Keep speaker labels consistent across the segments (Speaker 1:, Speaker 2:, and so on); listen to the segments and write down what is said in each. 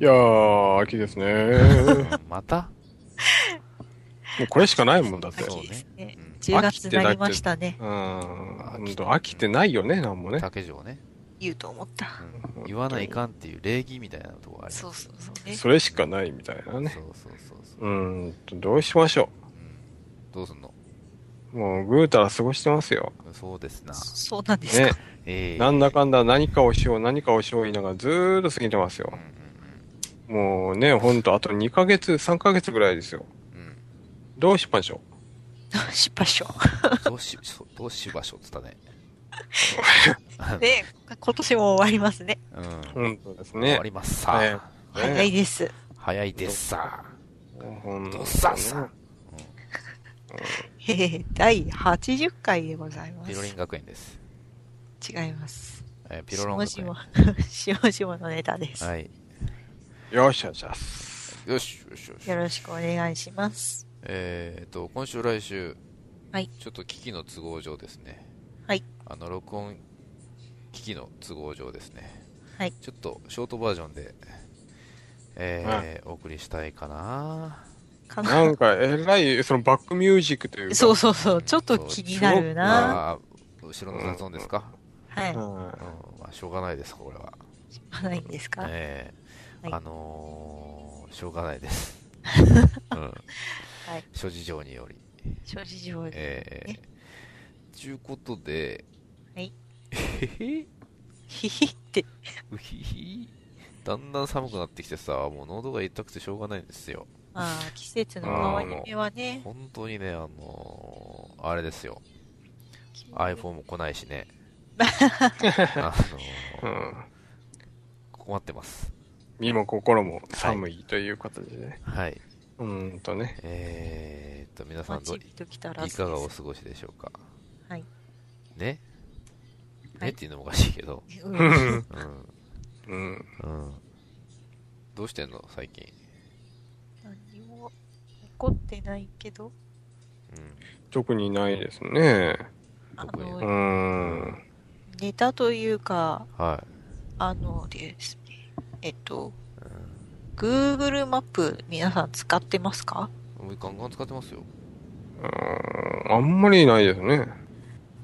Speaker 1: いやー、秋ですね。
Speaker 2: うんまた
Speaker 1: もうこれしかないもんだって。
Speaker 2: そう
Speaker 1: う
Speaker 2: ね
Speaker 1: ん。
Speaker 3: ですね
Speaker 2: うん
Speaker 3: 10月になりましたね。
Speaker 1: ほんと。飽きてないよね、なんもね。
Speaker 2: 竹城ね、
Speaker 3: 言うと思った。
Speaker 2: うん言わないかんっていう礼儀みたいなとこあり
Speaker 3: そうそうそうね。
Speaker 1: それしかないみたいなね
Speaker 2: そ。うそうそうそう
Speaker 1: うーんと、どうしましょ
Speaker 2: うんどうすんの
Speaker 1: う。もう、ぐうたら過ごしてますよ。
Speaker 2: そうですな。
Speaker 3: そうなんです
Speaker 1: ね
Speaker 3: か。。
Speaker 2: ええ
Speaker 1: なんだかんだ何かをしよう、何かをしよう言いながらずーっと過ぎてますよ
Speaker 2: うん。う
Speaker 1: もうね、ほんと、あと2ヶ月、3ヶ月ぐらいですよ。
Speaker 2: んうんうん
Speaker 1: どうしましょ
Speaker 3: 失敗しよ
Speaker 2: どうし、そうどうしましょうっつったね。
Speaker 3: う。 ね、今年も終わりますね。
Speaker 2: うん。
Speaker 1: う。ほんとです
Speaker 2: 終
Speaker 1: ね
Speaker 2: わ。りますさ。
Speaker 1: ね
Speaker 3: 早いです。
Speaker 2: 早いですさ。
Speaker 1: ほん
Speaker 2: ど
Speaker 1: と
Speaker 2: っさんさ。
Speaker 3: えー第80回でございます。
Speaker 2: ピロリン学園です。
Speaker 3: 違います。
Speaker 2: えーピロロン学園。
Speaker 3: し もしものネタです。
Speaker 2: はい。
Speaker 1: よっしゃ、じゃあ。
Speaker 2: よし、よし、よし
Speaker 3: よ。ろしくお願いします。
Speaker 2: えー、と、今週来週、
Speaker 3: はい
Speaker 2: ちょっと機器の都合上ですね。
Speaker 3: はい。
Speaker 2: あの、録音機器の都合上ですね。
Speaker 3: はい
Speaker 2: ちょっと、ショートバージョンで、えー、お送りしたいかな
Speaker 3: かな
Speaker 1: なんか、えらい、そのバックミュージックというか。
Speaker 3: そうそうそう、ちょっと気になるな。
Speaker 2: あー後ろの雑音ですか、
Speaker 3: はい。しょ
Speaker 1: は
Speaker 2: うん、まあ、しょうがないです、これは。
Speaker 3: うがないんですか、
Speaker 2: えー
Speaker 3: はい
Speaker 2: あのー、しょうがないです。 うん。
Speaker 3: い
Speaker 2: 諸事情により。
Speaker 3: 諸事情で。
Speaker 2: えー、ちゅうことで、
Speaker 3: はい。
Speaker 2: えへへ
Speaker 3: ひひって。
Speaker 2: うひひだんだん寒くなってきてさ、もう喉が痛くてしょうがないんですよ。
Speaker 3: まあ、季節の変わり目はね。
Speaker 2: 本当にね、あのー、あれですよ。iPhone も来ないし ね。あ
Speaker 1: い。う
Speaker 2: のー、
Speaker 1: ん。
Speaker 2: 困ってます。
Speaker 1: 身も心も寒いということでね。
Speaker 2: はい。
Speaker 1: うーんとね。
Speaker 2: えーっと、皆さ
Speaker 3: まあ、
Speaker 2: んど
Speaker 3: ち
Speaker 2: う、
Speaker 3: びときたら
Speaker 2: い
Speaker 3: ずです
Speaker 2: かがお過ごしでしょうか。
Speaker 3: はい。
Speaker 2: ね
Speaker 3: は
Speaker 2: ね
Speaker 3: い
Speaker 2: っていうのもおかしいけど。
Speaker 3: う
Speaker 1: うんん。
Speaker 2: うん。
Speaker 1: うん。
Speaker 2: うん。どうしてんの最近。
Speaker 3: 何も怒ってないけど、
Speaker 2: うん。
Speaker 1: 特にないですね。
Speaker 3: あ
Speaker 2: 特に
Speaker 1: うー
Speaker 3: の、
Speaker 1: ん。
Speaker 3: ネタというか、
Speaker 2: はい。
Speaker 3: あのですね、えっと、Google マップ皆さん使ってますか
Speaker 2: うん。ガンガン使ってますよ。
Speaker 1: うーんあんまりないですね。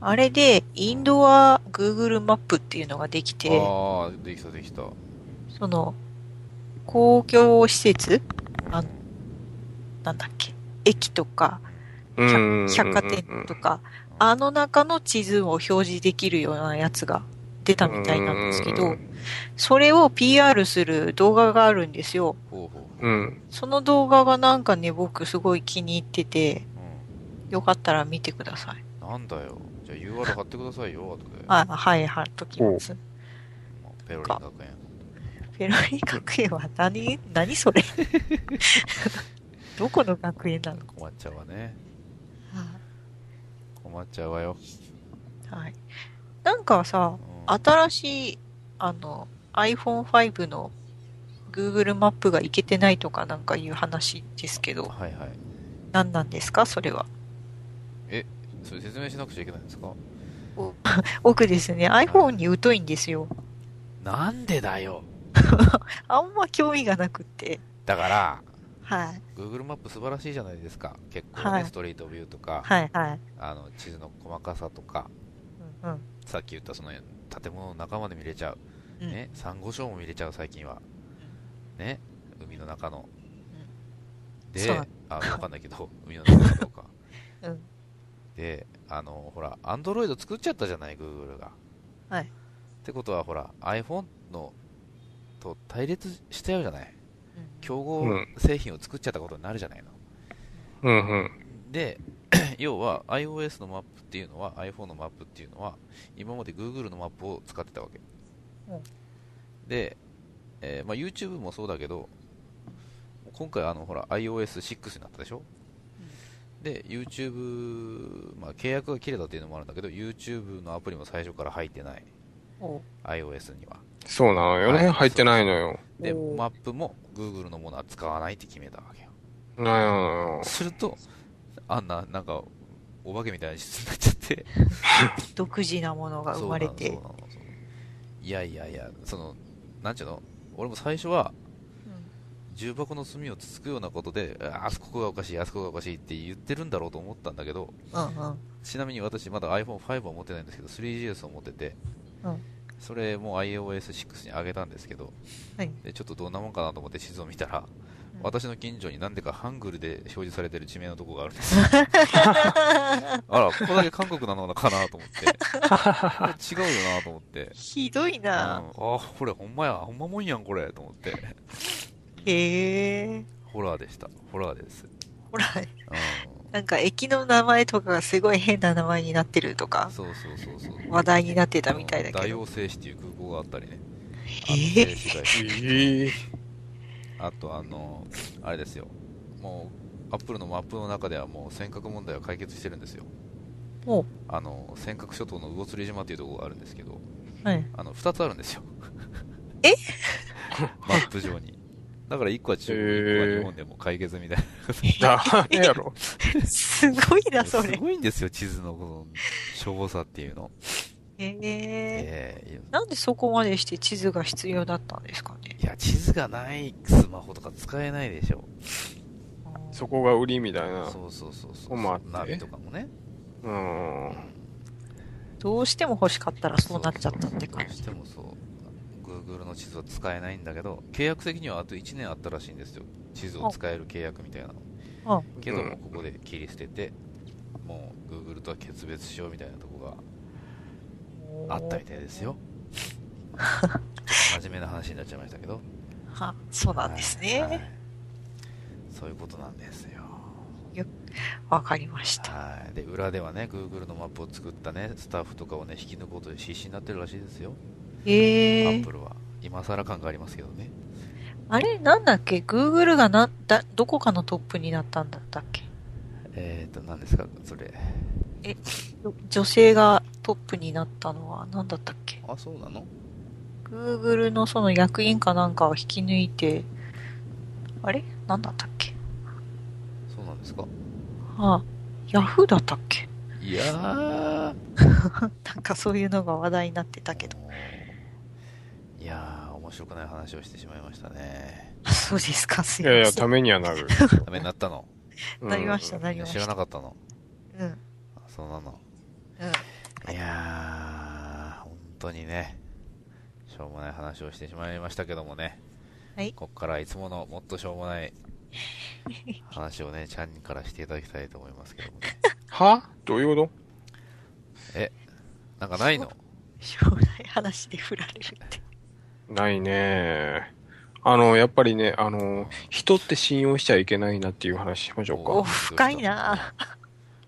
Speaker 3: あれで、インドア Google マップっていうのができて、
Speaker 2: ああ、できたできた。
Speaker 3: その、公共施設あ
Speaker 2: うん
Speaker 3: なんだっけ駅とか、
Speaker 1: うーん。
Speaker 3: 百貨店とか、あの中の地図を表示できるようなやつが出たみたいなんですけ
Speaker 1: う
Speaker 3: ど
Speaker 1: ん、
Speaker 3: それを PR する動画があるんですよ。
Speaker 2: ほうほう。
Speaker 1: うん。
Speaker 3: その動画がなんかね、僕すごい気に入ってて、
Speaker 2: う
Speaker 3: よかったら見てください。
Speaker 2: ん。なんだよ。じゃあ UR 貼ってくださいよ、後で。
Speaker 3: あ、はい、貼っときます。
Speaker 2: まあペロリン学園。
Speaker 3: ペロリ学園は何、何それ どこの学園なの
Speaker 2: 困っちゃうわね。困っちゃうわよ。
Speaker 3: はい。なんかさ
Speaker 2: う、ん、
Speaker 3: 新しい、あの、iPhone5 の Google マップがいけてないとかなんかいう話ですけど、
Speaker 2: はいはい。
Speaker 3: 何なんですかそれは。
Speaker 2: それ説明しなくちゃいけないんですか
Speaker 3: 僕ですね、iPhone に疎いんですよ。
Speaker 2: なんでだよ。
Speaker 3: あんま興味がなくって。
Speaker 2: だから、
Speaker 3: はい。
Speaker 2: Google マップ素晴らしいじゃないですか。結構ね、
Speaker 3: はい
Speaker 2: ストリートビューとか、
Speaker 3: はい、はい。
Speaker 2: あの、地図の細かさとか、
Speaker 3: うん、うん。
Speaker 2: さっき言ったその建物の中まで見れちゃう。
Speaker 3: うん
Speaker 2: ね、サンゴ礁も見れちゃう、最近は。ね、海の中の。
Speaker 3: そ
Speaker 2: で
Speaker 3: うなの、
Speaker 2: あ、わかんないけど、 海の中かどうか。
Speaker 3: うん
Speaker 2: で、あの、ほら、アンドロイド作っちゃったじゃない、Google が。
Speaker 3: はい
Speaker 2: ってことは、ほら、iPhone のと対立したようじゃない。競合
Speaker 1: うん
Speaker 2: 製品を作っちゃったことになるじゃないの。
Speaker 1: うんうん。
Speaker 2: で、 要は iOS のマップっていうのは iPhone のマップっていうのは今まで Google のマップを使ってたわけ、
Speaker 3: うん
Speaker 2: で、えーまあ、YouTube もそうだけど今回あのほら iOS6 になったでしょ、で YouTube、まあ、契約が切れたっていうのもあるんだけど YouTube のアプリも最初から入ってない
Speaker 3: お
Speaker 2: iOS には
Speaker 1: そうなのよね。
Speaker 2: はい
Speaker 1: 入ってないのよ。
Speaker 2: で
Speaker 3: おー
Speaker 2: マップも Google のものは使わないって決めたわけよ
Speaker 1: ないのよ。
Speaker 2: するとあんななんかお化けみたいな質になっちゃって
Speaker 3: 独自なものが生まれ
Speaker 2: そう
Speaker 3: て
Speaker 2: なのそうなのそうなのいやいやいやそのなんちゅうの俺も最初は
Speaker 3: うん
Speaker 2: 重箱の隅をつつくようなことで、ああそこがおかしい、あそこがおかしいって言ってるんだろうと思ったんだけど、
Speaker 3: うんうん。
Speaker 2: ちなみに私、まだ iPhone5 は持ってないんですけど、3GS を持ってて、
Speaker 3: うん
Speaker 2: それも iOS6 に上げたんですけど、
Speaker 3: はい
Speaker 2: でちょっとどんなもんかなと思って地図を見たら、
Speaker 3: うん
Speaker 2: 私の近所になんでかハングルで表示されてる地名のとこがあるん ですよあら、ここだけ韓国なのかなと思って、 これ違うよなと思って、
Speaker 3: ひどい
Speaker 2: うん
Speaker 3: な。
Speaker 2: あ、これほんまや、ほんまもんやん、これと思って、
Speaker 3: へえ。
Speaker 2: ホラーでした、ホラーです。
Speaker 3: ほら、
Speaker 2: う
Speaker 3: なんか駅の名前とかがすごい変な名前になってるとか
Speaker 2: ん、、そうそうそうそう。
Speaker 3: 話題になってたみたいだ
Speaker 2: あの
Speaker 3: け
Speaker 2: 大
Speaker 3: ど。
Speaker 2: 王製紙っていう空港があったりね。あの
Speaker 3: へえ。
Speaker 2: 静
Speaker 1: え
Speaker 2: 止画
Speaker 1: え
Speaker 2: あとあの、あれですよ。もう、アップルのマップの中ではもう尖閣問題は解決してるんですよ。
Speaker 3: お
Speaker 2: あの、尖閣諸島の魚釣島っていうところがあるんですけど、
Speaker 3: はい。
Speaker 2: あの、二つあるんですよ。
Speaker 3: え
Speaker 2: マップ上に。だから一個は中国、一個は日本でもう解決みたいな。
Speaker 1: ダメやろ。
Speaker 3: すごいな、そ
Speaker 2: す
Speaker 3: れ。
Speaker 2: ごいんですよ、地図のこの、しょぼさっていうの。
Speaker 3: へえ。
Speaker 2: ええいや
Speaker 3: なんでそこまでして地図が必要だったんですかね。
Speaker 2: いや、地図がないスマホとか使えないでしょ。
Speaker 1: そこが売りみたいな。
Speaker 2: そうそうそうそ
Speaker 1: ここ
Speaker 2: う。
Speaker 1: もあって
Speaker 2: ナビとかもね。
Speaker 1: うん。
Speaker 3: どうしても欲しかったらそうなっちゃったって感
Speaker 2: どう
Speaker 3: じ
Speaker 2: し。てもそう Google の地図は使えないんだけど契約的にはあと1年あったらしいんですよ地図を使える契約みたいなのけど
Speaker 1: うん
Speaker 2: もうここで切り捨ててもう Google とは決別しようみたいなとこがあったみたいです よ真面目な話になっちゃいましたけど
Speaker 3: は、そうなんです
Speaker 2: はいは
Speaker 3: ね。
Speaker 2: いそういうことなんですよ
Speaker 3: わかりました。
Speaker 2: はいで裏ではね Google のマップを作ったねスタッフとかをね引き抜くことで必死になってるらしいですよ
Speaker 3: ええ
Speaker 2: Apple は今更感がありますけどね
Speaker 3: あれなんだっけ ?Google がな、だ、どこかのトップになったんだったっけ
Speaker 2: えっ、ー、と何ですかそれ
Speaker 3: 女女性がトップになったのは何だったっけ
Speaker 2: あそうなの
Speaker 3: ?Google のその役員かなんかを引き抜いて、あれ何だったっけ
Speaker 2: そうなんですか
Speaker 3: あ、Yahoo だったっけ
Speaker 2: いやー
Speaker 3: なんかそういうのが話題になってた けど。
Speaker 2: いやー面白くない話をしてしまいました ね
Speaker 3: そうですか、す
Speaker 1: い
Speaker 3: いま
Speaker 1: やいや、
Speaker 3: せ
Speaker 1: た
Speaker 3: ん。
Speaker 1: めには なる。
Speaker 2: ダメになったの
Speaker 3: なりました、
Speaker 1: ね。
Speaker 3: なりま
Speaker 2: 知
Speaker 3: し
Speaker 2: ら
Speaker 3: た。
Speaker 2: なかったの
Speaker 3: うん。うん。
Speaker 2: あそうなのいやー本当にねしょうもない話をしてしまいましたけどもね
Speaker 3: はい
Speaker 2: こっからいつものもっとしょうも ない話をねちゃんからしていただきたいと思いますけども ね
Speaker 1: はどういうこ
Speaker 2: なんかないの
Speaker 3: しょうもない話で振られる って。
Speaker 1: とないねあの、やっぱりね、あの、人って信用しちゃいけないなっていう話しましょうか
Speaker 3: お。深いな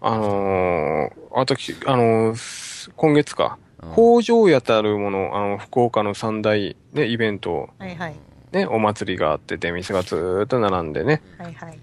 Speaker 1: あのー私、あのーす今月か、
Speaker 2: うん
Speaker 1: 工場やたるもの、あの、福岡の三大、ね、イベント、
Speaker 3: はいはい。
Speaker 1: ね、お祭りがあって、出店がずーっと並んでね、
Speaker 3: はいはい。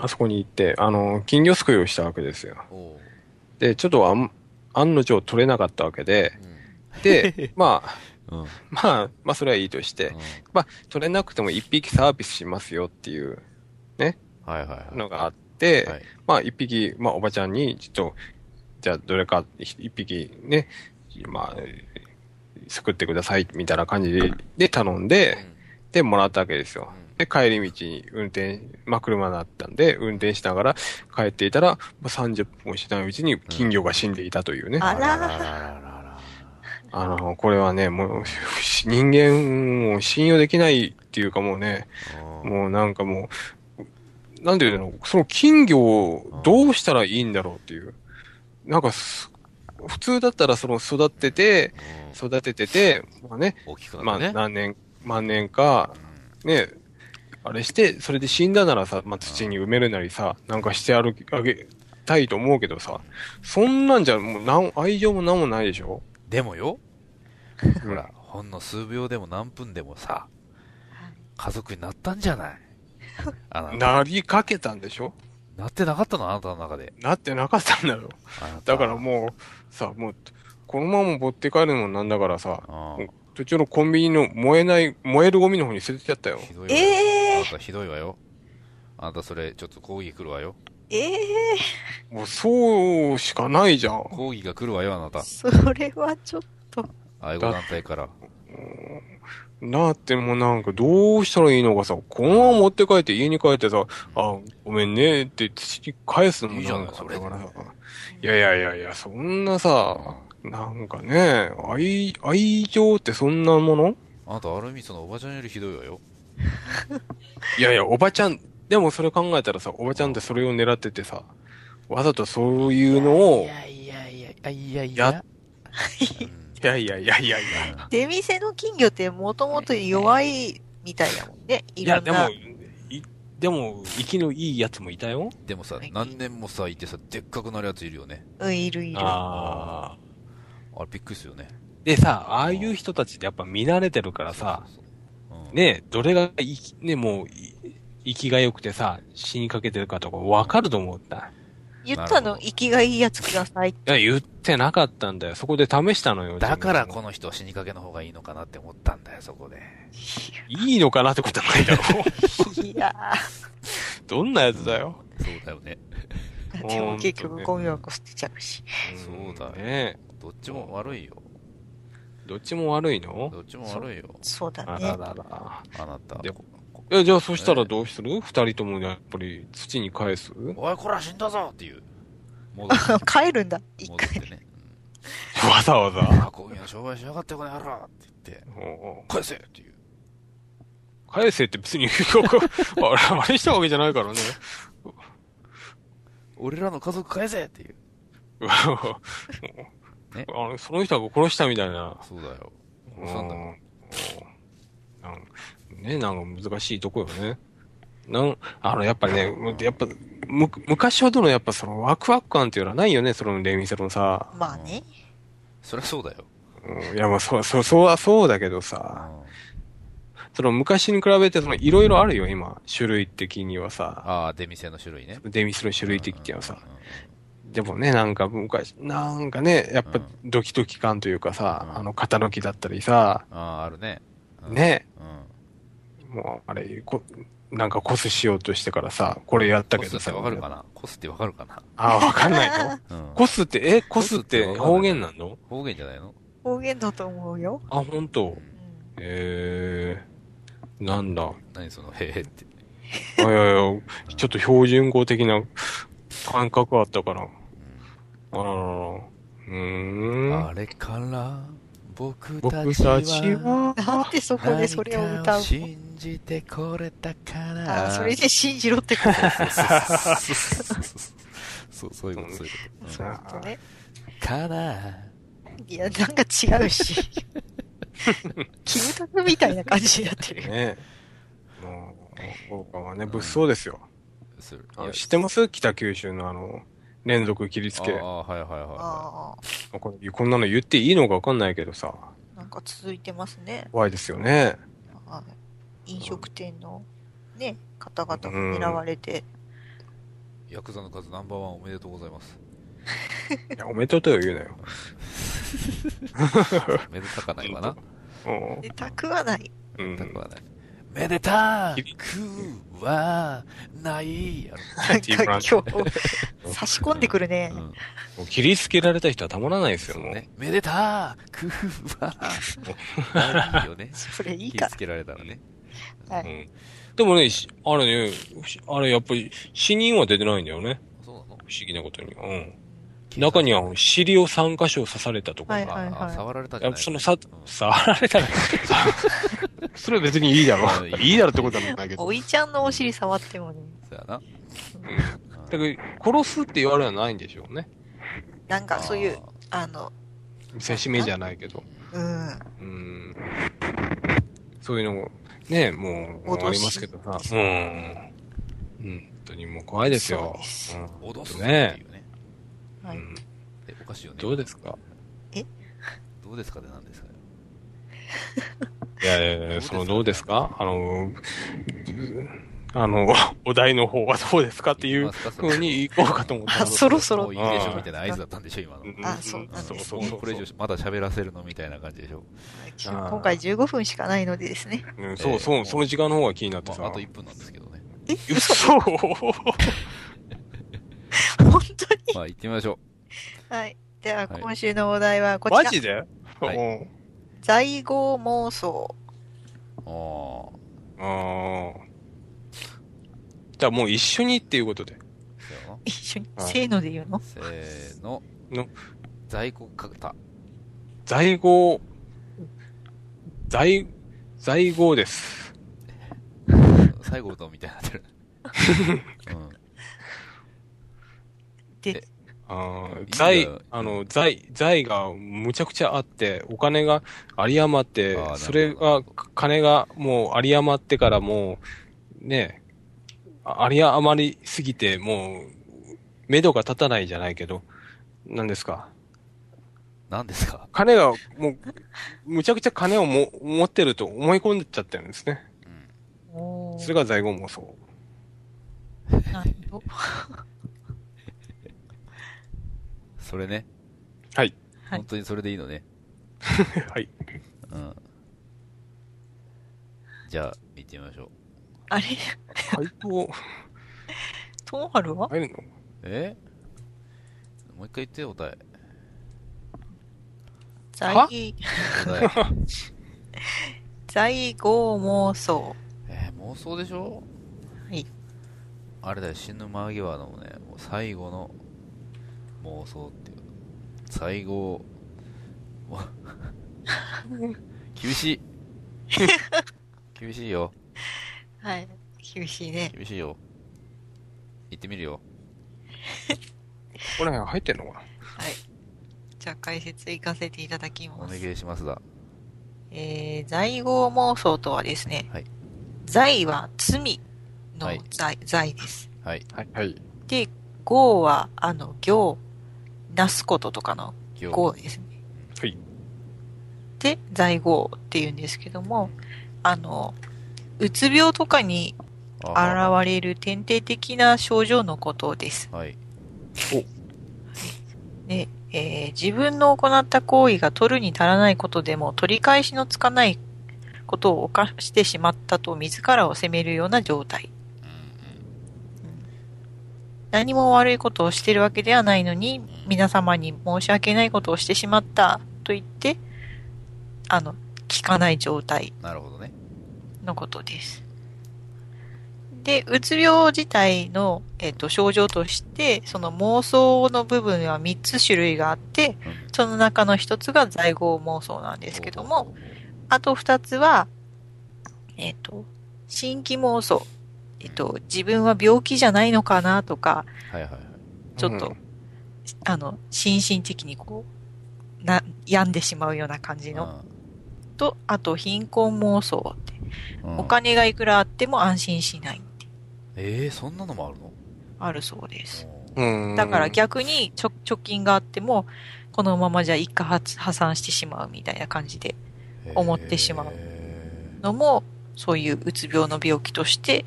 Speaker 1: あそこに行って、あのー金魚すくいをしたわけですよ。
Speaker 2: おう
Speaker 1: で、ちょっとあん、案の定取れなかったわけで、 で、まあ、
Speaker 2: うんうん
Speaker 1: まあ、まあ、それはいいとして、まあ、取れなくても一匹サービスしますよっていう
Speaker 2: はいはいはい
Speaker 1: のがあって、
Speaker 2: はい
Speaker 1: まあ、一匹、まあ、おばちゃんに、ちょっと、じゃあ、どれか一一匹ね、まあ、作ってください、みたいな感じでで頼んで、で、もらったわけですよ。で、帰り道に運転、まあ、車だったんで、運転しながら帰っていたら、まあ、30分もしないうちに金魚が死んでいたというね。
Speaker 3: あ
Speaker 2: ら
Speaker 3: ら
Speaker 2: ららら
Speaker 1: あの、これはね、もう、人間を信用できないっていうかもうね、もうなんかもう、なんていうの、その金魚をどうしたらいいんだろうっていう。なんかす、普通だったらその育てて、育ててて、まあね、
Speaker 2: 大きく
Speaker 1: ま
Speaker 2: な
Speaker 1: あ
Speaker 2: ってね、
Speaker 1: 何年、万年か、ね、あれして、それで死んだならさ、まあ土に埋めるなりさ、なんかしてあるあげたいと思うけどさ、そんなんじゃもうなん愛情もなんもないでしょ
Speaker 2: でもよ
Speaker 1: ほ
Speaker 2: ほら。ほんの数秒でも何分でもさ家族になったんじゃ ないあなた
Speaker 1: なりかけたんでしょ
Speaker 2: なってなかったのあなたの中で
Speaker 1: なってなかったんだよ。
Speaker 2: あなた
Speaker 1: だからもう、さ、もう、このまま持って帰るのもなんだからさ、
Speaker 2: あ
Speaker 1: 途中のコンビニの燃えない、燃えるゴミの方に捨ててやったよ
Speaker 2: あ。ひどいわよあ
Speaker 3: ええ
Speaker 2: なたひどいわよあなたそれちょっと抗議来るわよ
Speaker 3: ええ
Speaker 1: もうそうしかないじゃん。
Speaker 2: 抗議が来るわよあなた
Speaker 3: それはちょっと。
Speaker 2: 愛護団体から
Speaker 1: なってもなんかどうしたらいいのかさ、このまま持って帰って家に帰ってさ、あ、ごめんねって返すのもなんか
Speaker 2: いいじゃんそれ
Speaker 1: だからさ、いやいやいやいや、そんなさ、なんかね、愛、愛情ってそんなもの
Speaker 2: あなたアルミそのおばちゃんよりひどいわよ
Speaker 1: いやいや、おばちゃん、でもそれ考えたらさ、おばちゃんってそれを狙っててさ、わざとそういうのを、い
Speaker 2: やいやいやいやいやい
Speaker 1: ややいやいやいやいや、
Speaker 3: 出店の金魚ってもともと弱いみたいだもんね。い
Speaker 1: い
Speaker 3: ろ
Speaker 1: や
Speaker 3: ん
Speaker 1: で
Speaker 3: な
Speaker 1: も、。いでも、生きのいいやつもいたよ。
Speaker 2: でもさ
Speaker 3: はい
Speaker 2: 何年もさいてさでっかくなるやついるよね
Speaker 3: うん、いるいる。
Speaker 1: ああ。
Speaker 2: あれびっくりするよね
Speaker 1: でさ、ああいう人たちってやっぱ見慣れてるからさ、
Speaker 2: そうそうそううん
Speaker 1: ね、どれがいき、ね、もうい、生きが良くてさ、死にかけてるかとかわかると思った。
Speaker 3: 言っ
Speaker 2: な
Speaker 3: た
Speaker 2: る
Speaker 3: の、
Speaker 2: ほど
Speaker 3: 生きがいいやつください。
Speaker 1: いや、言ってなかったんだよ。そこで試したのよ。
Speaker 2: だからこ
Speaker 1: の。
Speaker 2: の人は死にかけの方がいいのかなって思ったんだよそこで
Speaker 1: いいのかなってことはないだ ろう。
Speaker 3: いや
Speaker 1: どんなやつだよ。
Speaker 2: そうだよね
Speaker 3: ーでも結局ゴミ箱捨てちゃうし。
Speaker 2: そうだよ
Speaker 1: ね。
Speaker 2: どっちも悪いよ
Speaker 1: どっちも悪いの
Speaker 2: どっちも悪いよ
Speaker 3: そうだ
Speaker 1: あ
Speaker 3: ね
Speaker 1: ら。らら。
Speaker 2: あなた
Speaker 1: でえ、じゃあそしたらどうする二人ともやっぱり土に返 す
Speaker 2: おいこら死んだぞっていう戻っ
Speaker 3: 帰るん だ、
Speaker 2: て
Speaker 3: 一
Speaker 2: 戻っ
Speaker 3: 回。
Speaker 2: てね
Speaker 1: わざわ
Speaker 2: うん
Speaker 1: ざ。
Speaker 2: あこういうの商売しやがってこの野郎って言って
Speaker 1: おう
Speaker 2: 返せっていう
Speaker 1: 返せって別に、 あれ、あれしたわけじゃない からね。
Speaker 2: 俺らの家族返せっていう
Speaker 1: うんあのその人が殺したみたいな。
Speaker 2: そうだよ
Speaker 1: うん
Speaker 2: そうなんだ
Speaker 1: なんね、なんか難しいとこよね。なん、あの、やっぱね、やっぱ、む、昔ほどのやっぱそのワクワク感っていうのはないよね、そのレミセのさ。
Speaker 3: まあね。
Speaker 2: そりゃそうだよ
Speaker 1: うん、いや、まあ、そう、そう、そうはそうだけどさ、
Speaker 2: あ
Speaker 1: その昔に比べて、その、いろいろあるよ、今、種類的にはさ。
Speaker 2: あー出店の種類ね
Speaker 1: デミスの種類的にはさ
Speaker 2: うん。うんうん
Speaker 1: でもね、なんか昔、なんかね、やっぱ
Speaker 2: うん
Speaker 1: ドキドキ感というかさ、
Speaker 2: うん
Speaker 1: あの、肩抜きだったりさ、
Speaker 2: あああるねうん
Speaker 1: ね、
Speaker 2: うん
Speaker 1: もう、あれ、こ、なんかコスしようとしてからさ、これやった
Speaker 2: コ
Speaker 1: け
Speaker 2: ス
Speaker 1: ど
Speaker 2: って
Speaker 1: さ。
Speaker 2: わかるかなコスってわかるかな
Speaker 1: ああ、わかんない の
Speaker 2: うん
Speaker 1: コスって、え、コスっ
Speaker 2: コスって
Speaker 1: て
Speaker 2: わかんない
Speaker 1: 方言なの
Speaker 2: 方言じゃないの
Speaker 3: 方言だと思うよ。
Speaker 1: あ、ほん
Speaker 2: う
Speaker 1: と。
Speaker 3: うんん
Speaker 1: ええなんだ。
Speaker 2: 何そのへえって
Speaker 1: いやいや、ちょっと標準語的な感覚あったから。あららら。うーん。
Speaker 2: あれから僕
Speaker 1: 僕
Speaker 2: たち
Speaker 1: たち
Speaker 2: は
Speaker 1: は、
Speaker 3: なんでそこでそれを
Speaker 2: 何
Speaker 3: 歌
Speaker 2: か
Speaker 3: うの
Speaker 2: 信じてこれたか
Speaker 3: あ
Speaker 2: ら
Speaker 3: それで信じろってこ
Speaker 2: そうそういうことそういうこと
Speaker 1: さあ
Speaker 3: とね。
Speaker 2: から
Speaker 3: いや、なんか違うし。キムタクみたいな感じになってるよ。
Speaker 1: ね。もう、効果はね、物騒ですよ。
Speaker 2: する
Speaker 1: あ
Speaker 2: い
Speaker 1: の
Speaker 2: や
Speaker 1: 知ってます北九州のあの、連続切りつけ。
Speaker 2: ああはいはいはいは
Speaker 3: あ
Speaker 1: これこんなの言っていいのかわかんないけどさ、
Speaker 3: あ、なんか続いてますね。
Speaker 1: 怖いですよね。
Speaker 3: あ飲食店のね、方々が狙われて。
Speaker 2: いヤクザの数ナンバーワンおめでとうございます
Speaker 1: いや、おめでとうよ言うなよ。
Speaker 2: めでたかないわな
Speaker 1: うん
Speaker 3: で、たくはない。
Speaker 1: う
Speaker 2: めでたく
Speaker 1: ん。
Speaker 2: はないめでたくはないやろ
Speaker 3: なんか今日、差し込んでくるね。
Speaker 2: うん
Speaker 1: もう切りつけられた人はたまらないですよ、もう。
Speaker 2: ね。めでたーくはないよね。
Speaker 3: それいい
Speaker 2: 気
Speaker 3: か
Speaker 2: つ。けられたらね。
Speaker 3: は
Speaker 1: う
Speaker 3: い。
Speaker 1: ん。でもね、しあれね、しあれやっぱり死人は出てないんだよね。
Speaker 2: そうなの
Speaker 1: 不思議なことに。うん。中にはあの尻を3箇所刺されたとか
Speaker 3: はい
Speaker 1: が。
Speaker 3: はい
Speaker 2: ああ触られたんじ
Speaker 1: や
Speaker 2: ゃ
Speaker 1: っ
Speaker 2: な
Speaker 1: ぱ
Speaker 2: い
Speaker 1: そのさ、触られたら、 それは別にいいだろ。
Speaker 2: うん
Speaker 1: いいだろってことはないけど。
Speaker 3: おいちゃんのお尻触ってもね、
Speaker 2: そうやな。
Speaker 1: だから殺すって言われはないんでしょうね。
Speaker 3: なんかそういう、あの、
Speaker 1: 見せしめじゃないけど。
Speaker 3: うん、
Speaker 1: うんそういうのも、ね、もう、
Speaker 3: 脅し
Speaker 1: ありますけどさ。うん。うん。本当にもう怖いですよ。
Speaker 2: あ
Speaker 1: うん
Speaker 2: ー脅すぞって
Speaker 1: ね。
Speaker 2: いうね。
Speaker 1: う
Speaker 3: はい。
Speaker 1: ん。
Speaker 2: えおかしいよね。
Speaker 1: どうですか
Speaker 2: どうですかでなんですかよ。
Speaker 1: いやいやいや、その、どうですかあの、あの、 お題の方はどうですかっていうふうに行こうかと思った
Speaker 3: あそろそろ
Speaker 2: もういいでしょみたいな合図だったんでしょ、今の。
Speaker 1: ん
Speaker 3: あそうなんです
Speaker 1: そ
Speaker 3: ね
Speaker 1: うそう
Speaker 2: も
Speaker 1: そう
Speaker 2: これ以上まだ喋らせるのみたいな感じでしょ。
Speaker 1: あー
Speaker 3: 今回15分しかないのでで すね。
Speaker 1: う。うんそうそう、その時間の方が気になって
Speaker 2: ま
Speaker 1: さ。
Speaker 2: ああと1分なんですけどね。
Speaker 3: え、
Speaker 1: 嘘
Speaker 3: 本当に
Speaker 2: まあ行ってみましょ
Speaker 3: はい。では、
Speaker 2: はい
Speaker 3: 今週のお題はこちら。
Speaker 1: マジで
Speaker 2: はい
Speaker 1: うん
Speaker 3: 在郷妄想。
Speaker 2: あ
Speaker 1: ああ。じゃあもう一緒にっていうことで。
Speaker 2: あ、せやな。
Speaker 3: 一緒に、
Speaker 1: はい
Speaker 3: せーので言うの
Speaker 2: せーの。
Speaker 1: の
Speaker 2: 在庫かた。
Speaker 1: 在郷、在、在郷です。
Speaker 2: 最後のみたいになってる。うん。
Speaker 3: で、
Speaker 1: あ
Speaker 2: い
Speaker 1: ー
Speaker 2: いんだ
Speaker 1: 財
Speaker 2: よ、
Speaker 1: あの、財、財がむちゃくちゃあって、お金が有り余って
Speaker 2: あー、
Speaker 1: それ
Speaker 2: なる
Speaker 1: が
Speaker 2: ほど、
Speaker 1: 金がもう有り余ってからもう、ねえ、あ有り余りすぎて、もう、目処が立たないじゃないけど、なんですか。
Speaker 2: 何ですか
Speaker 1: 金が、もう、むちゃくちゃ金をも持ってると思い込んじゃってるんですね。
Speaker 2: うん。
Speaker 3: お
Speaker 1: それ
Speaker 3: ー
Speaker 1: が財後妄想。
Speaker 3: なんと
Speaker 2: それね。
Speaker 1: はい。
Speaker 3: はい
Speaker 2: 本当にそれでいいのね。
Speaker 1: はい。
Speaker 2: うん。じゃあ、行ってみましょう。
Speaker 3: あれ、
Speaker 1: 回答、
Speaker 3: トンハルは
Speaker 1: 入るの
Speaker 2: えもう一回言ってよ、お題。
Speaker 1: は
Speaker 3: 在、
Speaker 2: お 題。
Speaker 3: 在郷妄想。
Speaker 2: えー妄想でしょ
Speaker 3: はい
Speaker 2: あれだよ、死ぬ間際のね、もう最後の妄想っていう。最後、 もう厳し い。厳しいよ、
Speaker 3: はい。厳しいね。
Speaker 2: 厳しいよ。行ってみるよ。
Speaker 1: これ入ってんのかな
Speaker 3: はい。じゃあ解説いかせていただき
Speaker 2: お
Speaker 3: ます。
Speaker 2: 願いしますだ。
Speaker 3: えー、在郷妄想とはですね、
Speaker 2: はい
Speaker 3: 在は罪の
Speaker 2: はい
Speaker 3: 在,、在です。
Speaker 2: はい、
Speaker 1: はい。はい。
Speaker 3: で、業は、あの、行、なすこととかの
Speaker 2: 行
Speaker 3: 業ですね。
Speaker 1: はい。
Speaker 3: で、在業って言うんですけども、あの、うつ病とかに
Speaker 2: あ
Speaker 3: 現
Speaker 2: は
Speaker 3: れる典型的な症状のことです。
Speaker 2: はい。
Speaker 3: でえー自分の行った行為が取るに足らないことでも取り返しのつかないことを犯してしまったと自らを責めるような状
Speaker 2: う
Speaker 3: 態。
Speaker 2: ん
Speaker 3: 何も悪いことをしてるわけではないのに、皆様に申し訳ないことをしてしまったと言って、あの、聞かない状態
Speaker 2: うん。なるほどね。
Speaker 3: のことです。で、うつ病自体の、えっと症状として、その妄想の部分には3つ種類があって、
Speaker 2: うん
Speaker 3: その中の1つが在郷妄想なんですけども、、あと2つは、えっ、と、新規妄想。えっ、と、自分は病気じゃないのかなとか、
Speaker 2: はいはいはい。
Speaker 3: ちょっと
Speaker 1: うん
Speaker 3: あの、心身的にこう、な、病んでしまうような感じの。と、あと、貧困妄想って、
Speaker 2: うん、うん
Speaker 3: お金がいくらあっても安心しないって、
Speaker 2: えー、そんなのもあるの
Speaker 3: あるそうです。
Speaker 1: うーん。
Speaker 3: だから逆にちょ、貯金があっても、このままじゃ一家は破産してしまうみたいな感じで、思ってしまう
Speaker 2: へ
Speaker 3: のも、そういううつ病の病気として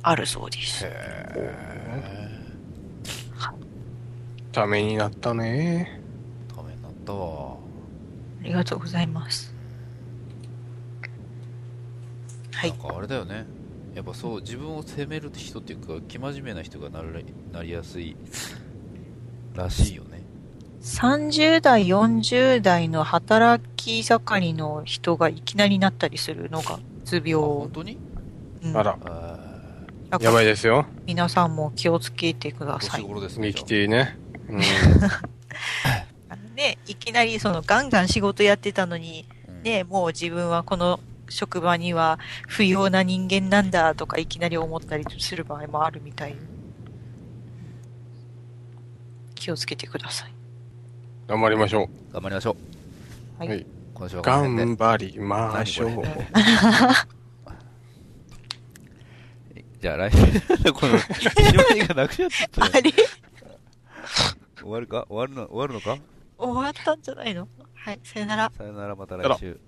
Speaker 3: あるそうです。
Speaker 2: え。
Speaker 1: ためになったね。
Speaker 2: ためになったわ。
Speaker 3: ありがとうございます。
Speaker 2: な
Speaker 3: は
Speaker 2: いん。かあれだよね。やっぱそう、自分を責める人っていうか、生真面目な人がなるなりやすいらしいよね。
Speaker 3: 30代、40代の働き盛りの人がいきなりなったりするのが、うつ
Speaker 2: あ
Speaker 3: 病
Speaker 2: 本。当に
Speaker 3: うん
Speaker 1: あら、
Speaker 2: あ
Speaker 3: だか
Speaker 1: や
Speaker 3: ら
Speaker 1: ばいですよ。
Speaker 3: 皆さんも気をつけてくだ
Speaker 2: ー
Speaker 3: さ
Speaker 2: 年
Speaker 3: い。
Speaker 2: 頃ですね。
Speaker 1: ミキティね。 うん。
Speaker 3: ね、いきなりそのガンガン仕事やってたのに、
Speaker 2: じゃあ、うん
Speaker 3: ね、もう自分はこの職場には不要な人間なんだとかいきなり思ったりする場合もあるみたい。気をつけてください。
Speaker 1: 頑張りましょ
Speaker 2: 頑張りましょう。
Speaker 3: はい。
Speaker 1: はい
Speaker 2: 今週
Speaker 1: う。
Speaker 2: はこの辺で
Speaker 1: 頑張りましょ
Speaker 2: 何
Speaker 1: う
Speaker 2: こ。じゃあ来週、 この、広がりがなくなっちゃった
Speaker 3: あ
Speaker 2: よ
Speaker 3: れ
Speaker 2: 終わるか終わるの、終わるのか
Speaker 3: 終わったんじゃないのはい、さよなら。
Speaker 2: さよなら、また
Speaker 1: あ
Speaker 2: 来
Speaker 1: ら
Speaker 2: 週。